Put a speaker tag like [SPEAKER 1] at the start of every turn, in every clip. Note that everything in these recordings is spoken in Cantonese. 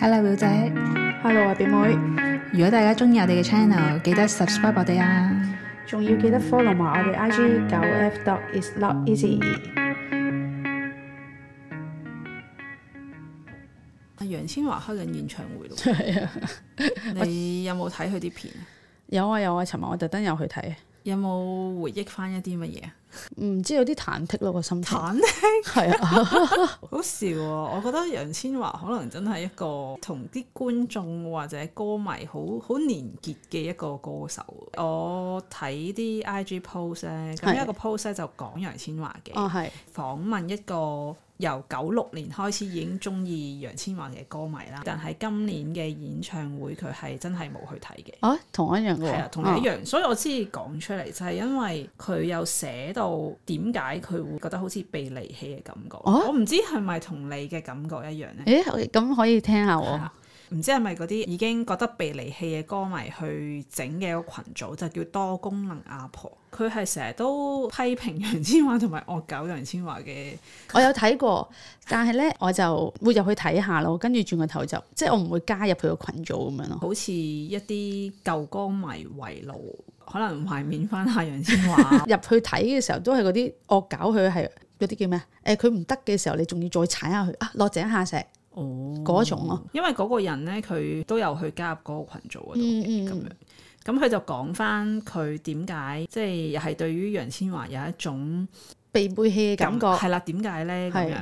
[SPEAKER 1] Hello 表姐，
[SPEAKER 2] Hello 啊，表妹，
[SPEAKER 1] 如果大家中意我哋嘅 channel，記得 subscribe 我哋啊！
[SPEAKER 2] 仲要記得 follow 埋我哋 IG 九 F dot is not easy。
[SPEAKER 3] 楊千嬅開緊演唱會 咯，係啊！你有冇睇佢啲片？
[SPEAKER 4] 有啊有啊，尋日我特登有去睇，
[SPEAKER 3] 有冇回憶翻一啲 乜嘢？
[SPEAKER 4] 唔知有啲忐忑咯個心情，
[SPEAKER 3] 坦
[SPEAKER 4] 係啊，
[SPEAKER 3] 好笑啊！我覺得楊千嬅可能真係一個同啲觀眾或者歌迷好好連結嘅一個歌手。我睇啲 IG post 咧，咁
[SPEAKER 4] 係
[SPEAKER 3] 有一個 post 咧就講楊千嬅嘅，
[SPEAKER 4] 哦係，
[SPEAKER 3] 訪問一個由九六年開始已經中意楊千嬅嘅歌迷啦，但係今年嘅演唱會佢係真係冇去睇嘅。
[SPEAKER 4] 啊同我一樣嘅喎，哦嗯
[SPEAKER 3] 係啊，同你一
[SPEAKER 4] 樣，
[SPEAKER 3] 樣，所以我先講出嚟，就係因為佢有寫到點解佢會覺得好似被離棄嘅感覺。
[SPEAKER 4] 哦
[SPEAKER 3] 我唔知係咪同你嘅感覺一樣咧？
[SPEAKER 4] 誒咁可以聽下
[SPEAKER 3] 係
[SPEAKER 4] 喎，
[SPEAKER 3] 啦唔知係咪嗰啲已經覺得被離棄嘅歌迷去整嘅一個群組，就叫多功能阿婆。佢係成日都批評楊千嬅同埋惡搞楊千嬅嘅，
[SPEAKER 4] 我有睇過，但係咧我就會入去睇下咯，跟住轉個頭就即係我唔會加入佢個群組咁樣咯，。
[SPEAKER 3] 好似一啲舊歌迷圍爐，可能懷緬翻下楊千嬅
[SPEAKER 4] 入去睇嘅時候都係嗰啲惡搞佢係嗰啲叫咩啊？誒佢唔得嘅時候你仲要再踩下佢啊落井下石
[SPEAKER 3] 哦，
[SPEAKER 4] 嗰種咯，
[SPEAKER 3] 因為嗰個人咧，佢都有去加入嗰個群組嗰度
[SPEAKER 4] 嗯
[SPEAKER 3] 嘅咁
[SPEAKER 4] 嗯
[SPEAKER 3] 樣。咁佢就講翻佢點解，即係又係對於楊千嬅有一種
[SPEAKER 4] 被背棄嘅感覺，
[SPEAKER 3] 係啦，點解咧咁
[SPEAKER 4] 係
[SPEAKER 3] 樣？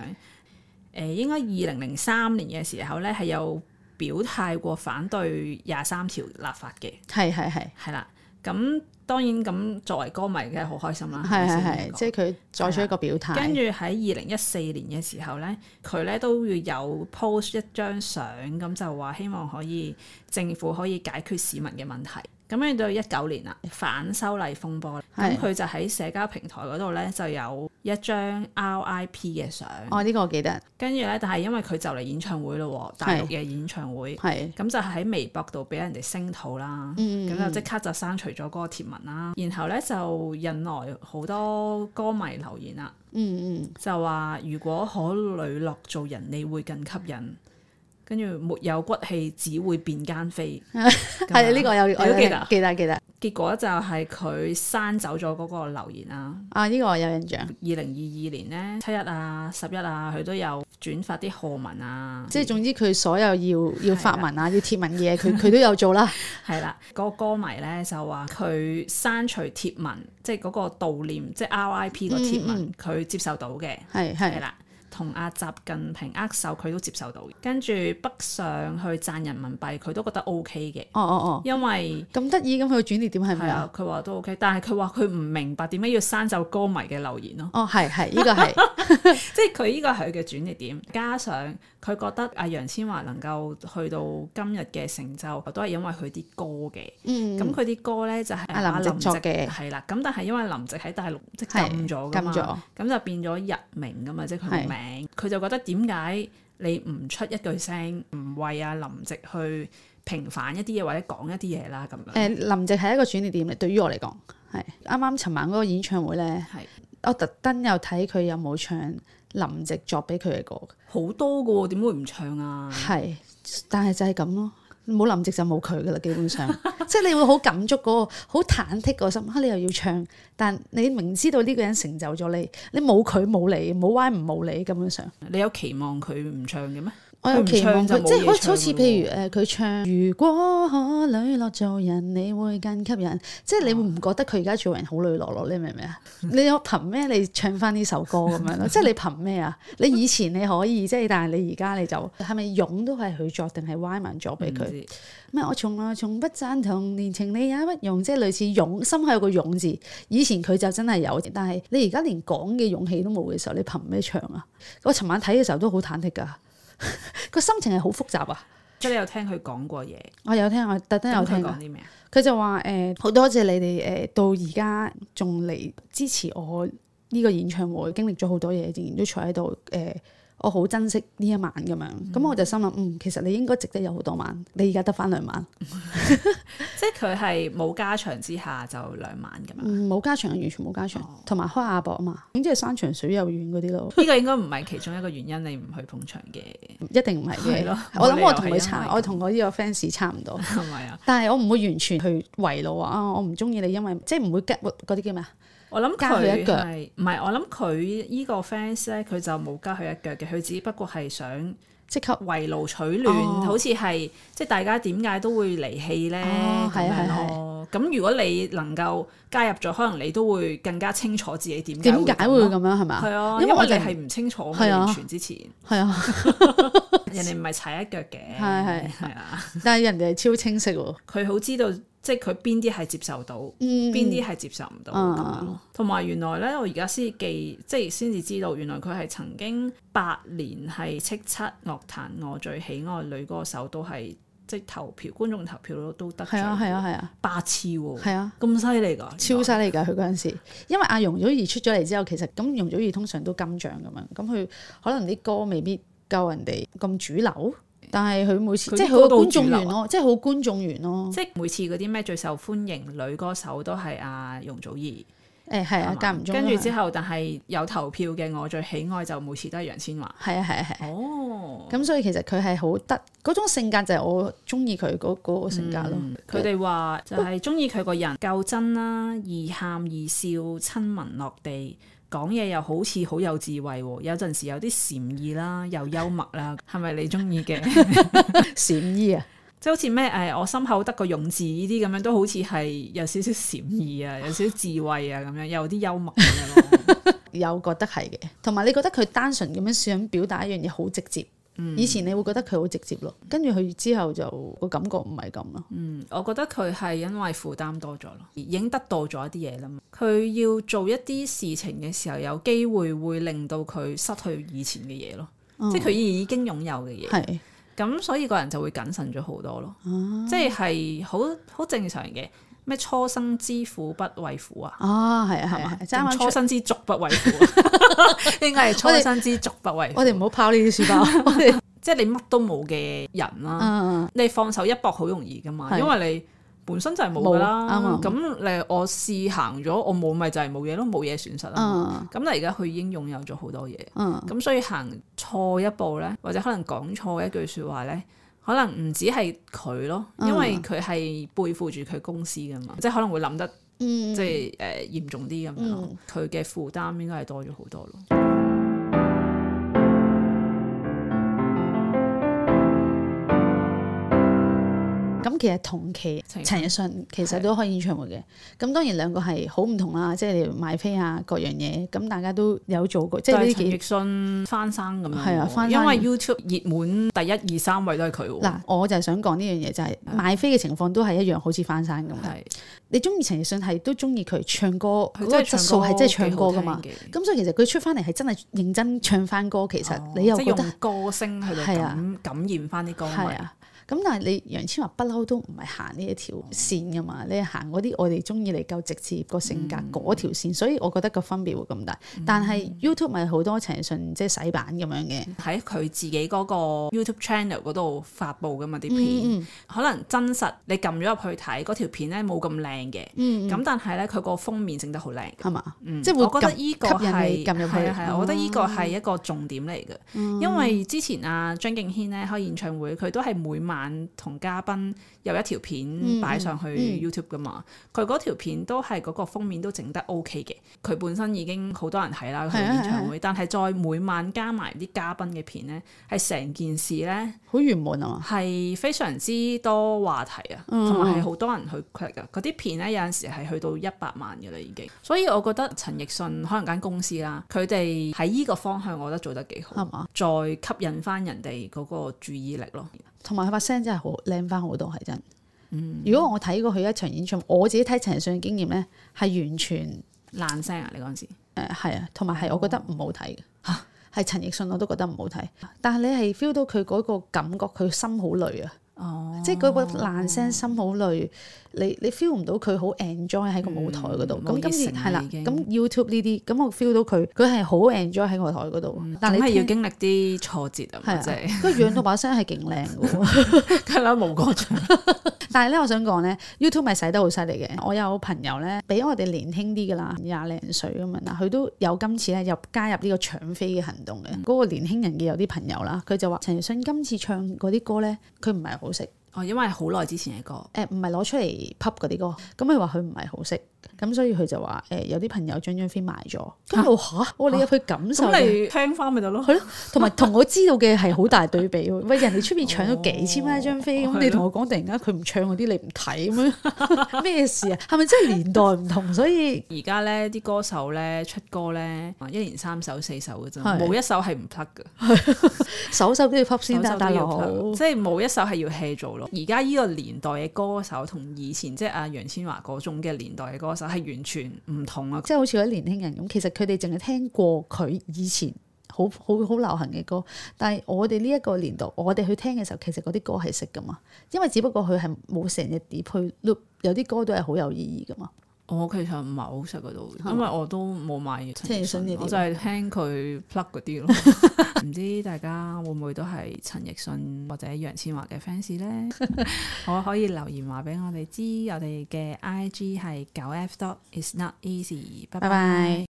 [SPEAKER 3] 誒，應該二零零三年嘅時候咧，係有表態過反對廿三條立法嘅，
[SPEAKER 4] 係係係
[SPEAKER 3] 係啦。咁當然咁作為歌迷梗係好開心啦，咪
[SPEAKER 4] 係
[SPEAKER 3] 先
[SPEAKER 4] 係
[SPEAKER 3] 呢
[SPEAKER 4] 係，
[SPEAKER 3] 個
[SPEAKER 4] 即係啊佢作出一個表態，
[SPEAKER 3] 跟住喺二零一四年嘅時候呢，佢呢都會有 post 一張相，咁就話希望可以政府可以解決市民嘅問題。咁樣到一九年啦，反修例風波，咁
[SPEAKER 4] 係
[SPEAKER 3] 佢就喺社交平台嗰度呢，就有一張 RIP 嘅相，
[SPEAKER 4] 哦呢個我記得
[SPEAKER 3] 跟住呢，但係因為佢就嚟演唱會咯喎，大陸嘅演唱會，
[SPEAKER 4] 係。
[SPEAKER 3] 咁就喺微博度俾人哋聲討啦，咁、
[SPEAKER 4] 嗯
[SPEAKER 3] 就即刻就刪除咗嗰個貼文啦，然後呢，就引來好多歌迷留言啦。
[SPEAKER 4] 嗯嗯，
[SPEAKER 3] 就話如果可磊落做人，你會更吸引。跟住沒有骨氣，只會變奸 妃。
[SPEAKER 4] 係呢個有
[SPEAKER 3] 你
[SPEAKER 4] 我
[SPEAKER 3] 都記得
[SPEAKER 4] 有
[SPEAKER 3] 啊。
[SPEAKER 4] 記得記得
[SPEAKER 3] 結果就係佢刪走咗嗰個留言啦。
[SPEAKER 4] 啊！呢個我有印象，
[SPEAKER 3] 二零二二年呢，七一啊、十一啊，佢都有轉發啲賀文啊。
[SPEAKER 4] 即係總之佢所有要要發文啊、要貼文嘅嘢，佢 佢都有做啦。
[SPEAKER 3] 係啦，嗰個歌迷呢就話佢刪除貼文，即係嗰個悼念，即係 R.I.P. 個貼
[SPEAKER 4] 嗯嗯
[SPEAKER 3] 文，佢、接受到嘅。
[SPEAKER 4] 係
[SPEAKER 3] 係
[SPEAKER 4] 係
[SPEAKER 3] 啦，同阿習近平握手佢都接受到，跟住北上去賺人民幣佢都覺得 O K 嘅，
[SPEAKER 4] 哦哦哦，
[SPEAKER 3] 因為
[SPEAKER 4] 咁得意咁佢個轉捩點係
[SPEAKER 3] 係
[SPEAKER 4] 咪啊
[SPEAKER 3] 啊？，佢話都 O K，但係佢話佢唔明白點解要刪走歌迷嘅留言咯，
[SPEAKER 4] 哦係係，呢個係
[SPEAKER 3] 即係佢呢個係佢嘅轉捩點，加上佢覺得阿楊千嬅能夠去到今日嘅成就，都係因為佢啲歌嘅。
[SPEAKER 4] 嗯
[SPEAKER 3] 咁佢啲歌咧就係
[SPEAKER 4] 阿林夕作嘅
[SPEAKER 3] 係啦。咁但係因為林夕喺大陸即係
[SPEAKER 4] 係
[SPEAKER 3] 禁咗噶
[SPEAKER 4] 禁
[SPEAKER 3] 嘛，
[SPEAKER 4] 嗯咗
[SPEAKER 3] 咁就變咗日名噶嘛，即係佢個名。佢就覺得點解你唔出一句聲，唔為阿林夕去平反一啲嘢或者講一啲嘢啦咁樣。
[SPEAKER 4] 誒林夕係一個轉捩點嚟，對於我嚟講係啱啱尋晚嗰個演唱會咧，
[SPEAKER 3] 係
[SPEAKER 4] 我特登有睇佢有冇唱林夕作俾佢嘅歌，
[SPEAKER 3] 好多噶喎，點會唔唱啊？
[SPEAKER 4] 係，但係就係咁咯。冇林夕就冇佢噶啦，基本上， 即係你會好感觸嗰、個，好忐忑個心。啊，你又要唱，但你明知道呢個人成就咗你，你冇佢冇你，冇歪唔冇你咁樣上。
[SPEAKER 3] 你有期望佢唔唱嘅咩？
[SPEAKER 4] 我有期望
[SPEAKER 3] 佢
[SPEAKER 4] 佢
[SPEAKER 3] 唔唱，就冇
[SPEAKER 4] 即係好
[SPEAKER 3] 嘢唱
[SPEAKER 4] 好似
[SPEAKER 3] 㗎
[SPEAKER 4] 譬如誒，佢、唱如果可磊落做人，你會更吸引。即係你會唔覺得佢而家做人好磊落咯？你明唔明啊？你有憑咩你唱翻呢首歌咁樣咯？即係你憑咩啊？你以前你可以，即係但係你而家你就係咪勇都係佢作定係歪文作俾佢？
[SPEAKER 3] 唔知
[SPEAKER 4] 咩？我從來從不贊同，連情理也不容，即係類似勇，心口有個勇字。以前佢就真係有，但係你而家連講嘅勇氣都冇嘅時候，你憑咩唱啊？我尋晚睇嘅時候都好忐忑㗎， 個心情係好複雜啊！
[SPEAKER 3] 即係你有聽佢講過嘢，
[SPEAKER 4] 我有聽，我特登有
[SPEAKER 3] 咁佢
[SPEAKER 4] 聽
[SPEAKER 3] 講
[SPEAKER 4] 㗎。
[SPEAKER 3] 啲咩啊？
[SPEAKER 4] 佢就話誒，好、多謝你哋誒、到而家仲嚟支持我呢個演唱會，經歷咗好多嘢，仍然都坐喺度誒。我好珍惜呢一晚咁樣。咁、我就心諗，嗯，其實你應該值得有好多晚，你而家得翻兩晚，
[SPEAKER 3] 即係佢係冇加長之下就兩晚咁樣。呢
[SPEAKER 4] 嗯冇、加長，完全冇加
[SPEAKER 3] 哦
[SPEAKER 4] 長，同埋、開亞博啊嘛，咁即係山長水又遠嗰啲咯。
[SPEAKER 3] 個應該唔係其中一個原因你唔去捧場嘅，
[SPEAKER 4] 一定唔係
[SPEAKER 3] 係
[SPEAKER 4] 嘅
[SPEAKER 3] 咯，
[SPEAKER 4] 我諗我
[SPEAKER 3] 冇理由係
[SPEAKER 4] 同佢
[SPEAKER 3] 因為
[SPEAKER 4] 差，
[SPEAKER 3] 咁
[SPEAKER 4] 我同我呢個 fans 差唔多，
[SPEAKER 3] 係咪啊？
[SPEAKER 4] 但係我唔會完全去圍路話啊，我唔中意你，因為即係唔會吉嗰啲叫咩啊？
[SPEAKER 3] 我諗
[SPEAKER 4] 加佢
[SPEAKER 3] 佢
[SPEAKER 4] 一腳
[SPEAKER 3] 係唔係？我諗佢呢個 fans 咧，佢就冇加佢一腳嘅，佢只不過係想
[SPEAKER 4] 即刻
[SPEAKER 3] 圍爐取暖，
[SPEAKER 4] 哦
[SPEAKER 3] 好似係即係大家點解都會離棄咧
[SPEAKER 4] 哦
[SPEAKER 3] 咁
[SPEAKER 4] 係啊
[SPEAKER 3] 樣咯。咁如果你能夠加入咗，可能你都會更加清楚自己點
[SPEAKER 4] 點解
[SPEAKER 3] 會
[SPEAKER 4] 會咁
[SPEAKER 3] 咯。
[SPEAKER 4] 樣係咪
[SPEAKER 3] 係啊，
[SPEAKER 4] 因
[SPEAKER 3] 因
[SPEAKER 4] 為我
[SPEAKER 3] 為
[SPEAKER 4] 就
[SPEAKER 3] 你係唔清楚嘛
[SPEAKER 4] 係啊
[SPEAKER 3] 完全之 前，
[SPEAKER 4] 係啊，
[SPEAKER 3] 人哋唔係踩一腳嘅，
[SPEAKER 4] 係係
[SPEAKER 3] 係啊，
[SPEAKER 4] 但係人哋係超清晰喎。
[SPEAKER 3] 佢好知道即係佢邊啲係接受到，
[SPEAKER 4] 嗯
[SPEAKER 3] 邊啲係接受唔到
[SPEAKER 4] 嗯
[SPEAKER 3] 咁樣咯。同埋原來咧，我而家先記，即係先至知道，原來佢係曾經八年係叱咤樂壇我最喜愛女歌手，都係即係投票觀眾投票都都得獎，
[SPEAKER 4] 係啊係啊係啊
[SPEAKER 3] 八次喎，
[SPEAKER 4] 係啊！
[SPEAKER 3] 咁犀利㗎，
[SPEAKER 4] 超犀
[SPEAKER 3] 犀！
[SPEAKER 4] 利㗎！佢嗰陣時，因為阿容祖兒出咗嚟之後，其實咁容祖兒通常都金像咁樣，咁佢可能啲歌未必夠人哋咁主流，但係佢每次
[SPEAKER 3] 佢啲
[SPEAKER 4] 即係
[SPEAKER 3] 歌
[SPEAKER 4] 好
[SPEAKER 3] 都好
[SPEAKER 4] 觀眾
[SPEAKER 3] 主流
[SPEAKER 4] 緣咯，即係好觀眾緣咯。
[SPEAKER 3] 即係每次嗰啲咩最受歡迎女歌手都係阿容祖兒，
[SPEAKER 4] 誒係
[SPEAKER 3] 係
[SPEAKER 4] 啊
[SPEAKER 3] 嘛，
[SPEAKER 4] 間唔中
[SPEAKER 3] 跟住之
[SPEAKER 4] 後
[SPEAKER 3] 後，但係有投票嘅我最喜愛就每次都係楊千嬅。
[SPEAKER 4] 係啊係啊係啊。
[SPEAKER 3] 哦，
[SPEAKER 4] 咁所以其實佢係好得嗰種性格就係我中意佢嗰嗰個性格咯。
[SPEAKER 3] 嗯佢哋話就係中意佢個人夠真啦，易喊易笑，親民落地，講嘢又好似好有智慧喎，有陣時有啲禪意啦，又幽默啦，係咪你中意嘅？
[SPEAKER 4] 閃衣啊，
[SPEAKER 3] 即係好似咩誒，我心口得個勇字呢啲咁樣，都好似係有少少禪意啊，有少少智慧啊咁樣，又有啲幽默咁樣咯。
[SPEAKER 4] 有覺得係嘅，同埋你覺得佢單純咁樣想表達一樣嘢好直接。
[SPEAKER 3] 嗯
[SPEAKER 4] 以前你會覺得佢好直接咯，跟住佢之後就個感覺唔係咁咯。
[SPEAKER 3] 嗯，我覺得佢係因為負擔多咗咯，已經得到咗一啲嘢啦嘛。佢要做一啲事情嘅時候，有機會會令到佢失去以前嘅嘢咯。即係佢已經擁有嘅嘢，
[SPEAKER 4] 哦係
[SPEAKER 3] 咁所以個人就會謹慎咗好多咯，
[SPEAKER 4] 哦
[SPEAKER 3] 即係好好正常嘅。咩初生之虎不畏虎啊，
[SPEAKER 4] 啊，係啊係
[SPEAKER 3] 係嘛
[SPEAKER 4] 啊，？爭
[SPEAKER 3] 定
[SPEAKER 4] 啱
[SPEAKER 3] 初
[SPEAKER 4] 出
[SPEAKER 3] 生之犢不畏虎啊， 應該係初
[SPEAKER 4] 我哋
[SPEAKER 3] 生之犢不畏虎
[SPEAKER 4] 我。哋唔好拋呢啲書包。我哋
[SPEAKER 3] 即係你乜都冇嘅人啦，
[SPEAKER 4] 嗯
[SPEAKER 3] 你放手一搏好容易噶嘛，
[SPEAKER 4] 係
[SPEAKER 3] 因為你本身就係冇噶
[SPEAKER 4] 冇啱
[SPEAKER 3] 啦
[SPEAKER 4] 啊。
[SPEAKER 3] 咁你我試行咗，我冇咪就係冇嘢咯，冇嘢損 失啊。
[SPEAKER 4] 嗯
[SPEAKER 3] 咁但係而家佢已經擁有咗好多嘢。
[SPEAKER 4] 嗯，
[SPEAKER 3] 咁所以行錯一步咧，或者可能講錯一句説話咧，可能唔止係佢咯，
[SPEAKER 4] 嗯
[SPEAKER 3] 因為佢係背負住佢公司噶嘛，即係可能會諗得
[SPEAKER 4] 嗯
[SPEAKER 3] 即係誒、呃、嚴重啲咁樣咯，佢嘅、負擔應該係多咗好多咯。
[SPEAKER 4] 嗯咁其實同期
[SPEAKER 3] 陳奕
[SPEAKER 4] 陳奕迅其實都開演唱會嘅，咁當然兩個係好唔同啦，即係你買飛啊各樣嘢，咁大家都有做過，即係
[SPEAKER 3] 但
[SPEAKER 4] 呢
[SPEAKER 3] 係陳
[SPEAKER 4] 幾
[SPEAKER 3] 奕迅翻生咁樣喎，
[SPEAKER 4] 係啊翻生
[SPEAKER 3] 因為 YouTube 熱門第一二三位都係佢喎。
[SPEAKER 4] 嗱，我就係想講呢樣嘢就係買飛嘅情況都係一樣，好似翻山咁嘅。
[SPEAKER 3] 嗯係
[SPEAKER 4] 你中意陳奕迅係都中意佢唱歌，
[SPEAKER 3] 佢真
[SPEAKER 4] 嗰個
[SPEAKER 3] 係
[SPEAKER 4] 質
[SPEAKER 3] 唱
[SPEAKER 4] 素
[SPEAKER 3] 歌
[SPEAKER 4] 係真係唱歌噶嘛。
[SPEAKER 3] 幾好聽嘅
[SPEAKER 4] 咁所以其實佢出翻嚟係真係認真唱翻歌，其實你又
[SPEAKER 3] 哦即係
[SPEAKER 4] 覺得
[SPEAKER 3] 用歌聲去到
[SPEAKER 4] 係啊
[SPEAKER 3] 感感染翻啲歌迷
[SPEAKER 4] 係。啊。咁但係你楊千嬅不嬲都唔係行呢一條線噶
[SPEAKER 3] 嗯
[SPEAKER 4] 嘛，你行嗰啲我哋中意你夠直接個性格嗰條線，所以我覺得個分別會咁大。
[SPEAKER 3] 嗯
[SPEAKER 4] 但係 YouTube 咪好多陳奕迅即係洗版咁樣嘅，
[SPEAKER 3] 喺佢自己嗰個 YouTube channel 嗰度發布噶嘛啲片，
[SPEAKER 4] 嗯嗯
[SPEAKER 3] 可能真實你撳咗入去睇嗰條片咧冇咁靚嘅，咁、
[SPEAKER 4] 嗯
[SPEAKER 3] 但係咧佢個封面整得好靚。
[SPEAKER 4] 係嘛？
[SPEAKER 3] 嗯
[SPEAKER 4] 即係會
[SPEAKER 3] 我覺得
[SPEAKER 4] 撳
[SPEAKER 3] 依個
[SPEAKER 4] 吸引
[SPEAKER 3] 係
[SPEAKER 4] 你撳入去哦嗯
[SPEAKER 3] 係啊係啊，我覺得依個係一個重點嚟嘅，因為之前啊張敬軒咧開演唱會，佢都係每晚同嘉賓有一條
[SPEAKER 4] 嗯
[SPEAKER 3] 片擺上去 YouTube 噶嘛，佢嗰條片都係嗰個封面都整得 OK 嘅，佢本身已經好多人睇啦佢
[SPEAKER 4] 係啊
[SPEAKER 3] 演唱會，但係再每晚加埋啲嘉賓嘅片咧，係成件事咧
[SPEAKER 4] 好圓滿啊嘛！
[SPEAKER 3] 係非常之多話題啊，同埋係好多人去 click 啊。嗰啲片咧有陣時係去到一百萬嘅啦已經，所以我覺得陳奕迅可能間公司啦，佢哋喺依個方向，我覺得做得幾好，
[SPEAKER 4] 係嘛？
[SPEAKER 3] 再吸引翻人哋嗰個注意力咯。
[SPEAKER 4] 同埋佢把聲真係好靚翻好多，係真。
[SPEAKER 3] 嗯
[SPEAKER 4] 如果我睇過佢一場演唱會，我自己睇陳奕迅嘅經驗咧，係完全
[SPEAKER 3] 爛聲啊！你嗰陣時，
[SPEAKER 4] 誒係啊，同埋係我覺得唔好睇嘅。
[SPEAKER 3] 哦
[SPEAKER 4] 係陳奕迅我都覺得唔好睇，但係你係 feel 到佢嗰個感覺，佢心好累啊，
[SPEAKER 3] 哦
[SPEAKER 4] 即係嗰個爛聲心好累，你你 feel 唔到佢好 enjoy 喺個舞台嗰度。
[SPEAKER 3] 嗯
[SPEAKER 4] 咁
[SPEAKER 3] 冇熱
[SPEAKER 4] 今次
[SPEAKER 3] 誠啦
[SPEAKER 4] 係啦，
[SPEAKER 3] 已經
[SPEAKER 4] 咁 YouTube 呢啲，咁我 feel 到佢佢係好 enjoy 喺個台嗰度。
[SPEAKER 3] 嗯
[SPEAKER 4] 但
[SPEAKER 3] 係
[SPEAKER 4] 係
[SPEAKER 3] 要
[SPEAKER 4] 聽
[SPEAKER 3] 經歷啲挫折啊
[SPEAKER 4] 係
[SPEAKER 3] 嘛，
[SPEAKER 4] 啊
[SPEAKER 3] 即係，
[SPEAKER 4] 佢養到把聲係勁靚嘅喎。
[SPEAKER 3] 梗係啦，冇歌唱，
[SPEAKER 4] 但係咧，我想講咧，YouTube 咪使得好犀利嘅。我有朋友咧，比我哋年輕啲㗎啦，廿零歲咁樣啦，佢都有今次咧入加入呢個搶飛嘅行動嘅。嗰、個年輕人嘅有啲朋友啦，佢就話陳奕迅今次唱嗰啲歌咧，佢唔係好識。
[SPEAKER 3] 哦，因為好耐之前嘅歌，
[SPEAKER 4] 誒唔係攞出嚟 pub 嗰啲歌，咁佢話佢唔係好識，咁所以佢就話誒、有啲朋友將張飛賣咗，咁我嚇我哋入去感受
[SPEAKER 3] 咁
[SPEAKER 4] 嘅，
[SPEAKER 3] 你聽翻咪得咯，
[SPEAKER 4] 同埋同我知道嘅係好大 對比喎。喂，人哋出面搶咗幾千蚊一張飛，
[SPEAKER 3] 哦
[SPEAKER 4] 咁、
[SPEAKER 3] 係咯
[SPEAKER 4] 你同我講突然間佢唔唱嗰啲，你唔睇咁 樣咩事啊？係咪真係年代唔同，所以
[SPEAKER 3] 而家咧啲歌手咧出歌咧，一年三首四首嘅啫，
[SPEAKER 4] 係
[SPEAKER 3] 冇一首係唔 plug 嘅，
[SPEAKER 4] 首首都要 pub 先
[SPEAKER 3] 首
[SPEAKER 4] 得，
[SPEAKER 3] 首都
[SPEAKER 4] 大
[SPEAKER 3] 要
[SPEAKER 4] 佬。
[SPEAKER 3] plug，即係冇一首係要 hea 做咯。而家呢個年代嘅歌手同以前即係阿楊千嬅嗰種嘅年代嘅歌手係完全唔同啊！
[SPEAKER 4] 即係好似嗰啲年輕人咁，其實佢哋淨係聽過佢以前好好好流行嘅歌，但係我哋呢一個年代，我哋去聽嘅時候，其實嗰啲歌係識噶嘛，因為只不過佢係冇成日碟去 loop，有啲歌都係好有意義噶嘛。
[SPEAKER 3] 我其實唔係好識嗰度，因為我都冇買陳
[SPEAKER 4] 陳奕
[SPEAKER 3] 奕
[SPEAKER 4] 迅嘅碟
[SPEAKER 3] 迅，我就係聽佢 plug 嗰啲咯。 唔知大家會唔會都係陳奕迅或者楊千嬅嘅 fans 呢？ 我可以留言話俾我哋知，我哋嘅 IG 係九 F dot is not easy。拜拜
[SPEAKER 4] 拜拜。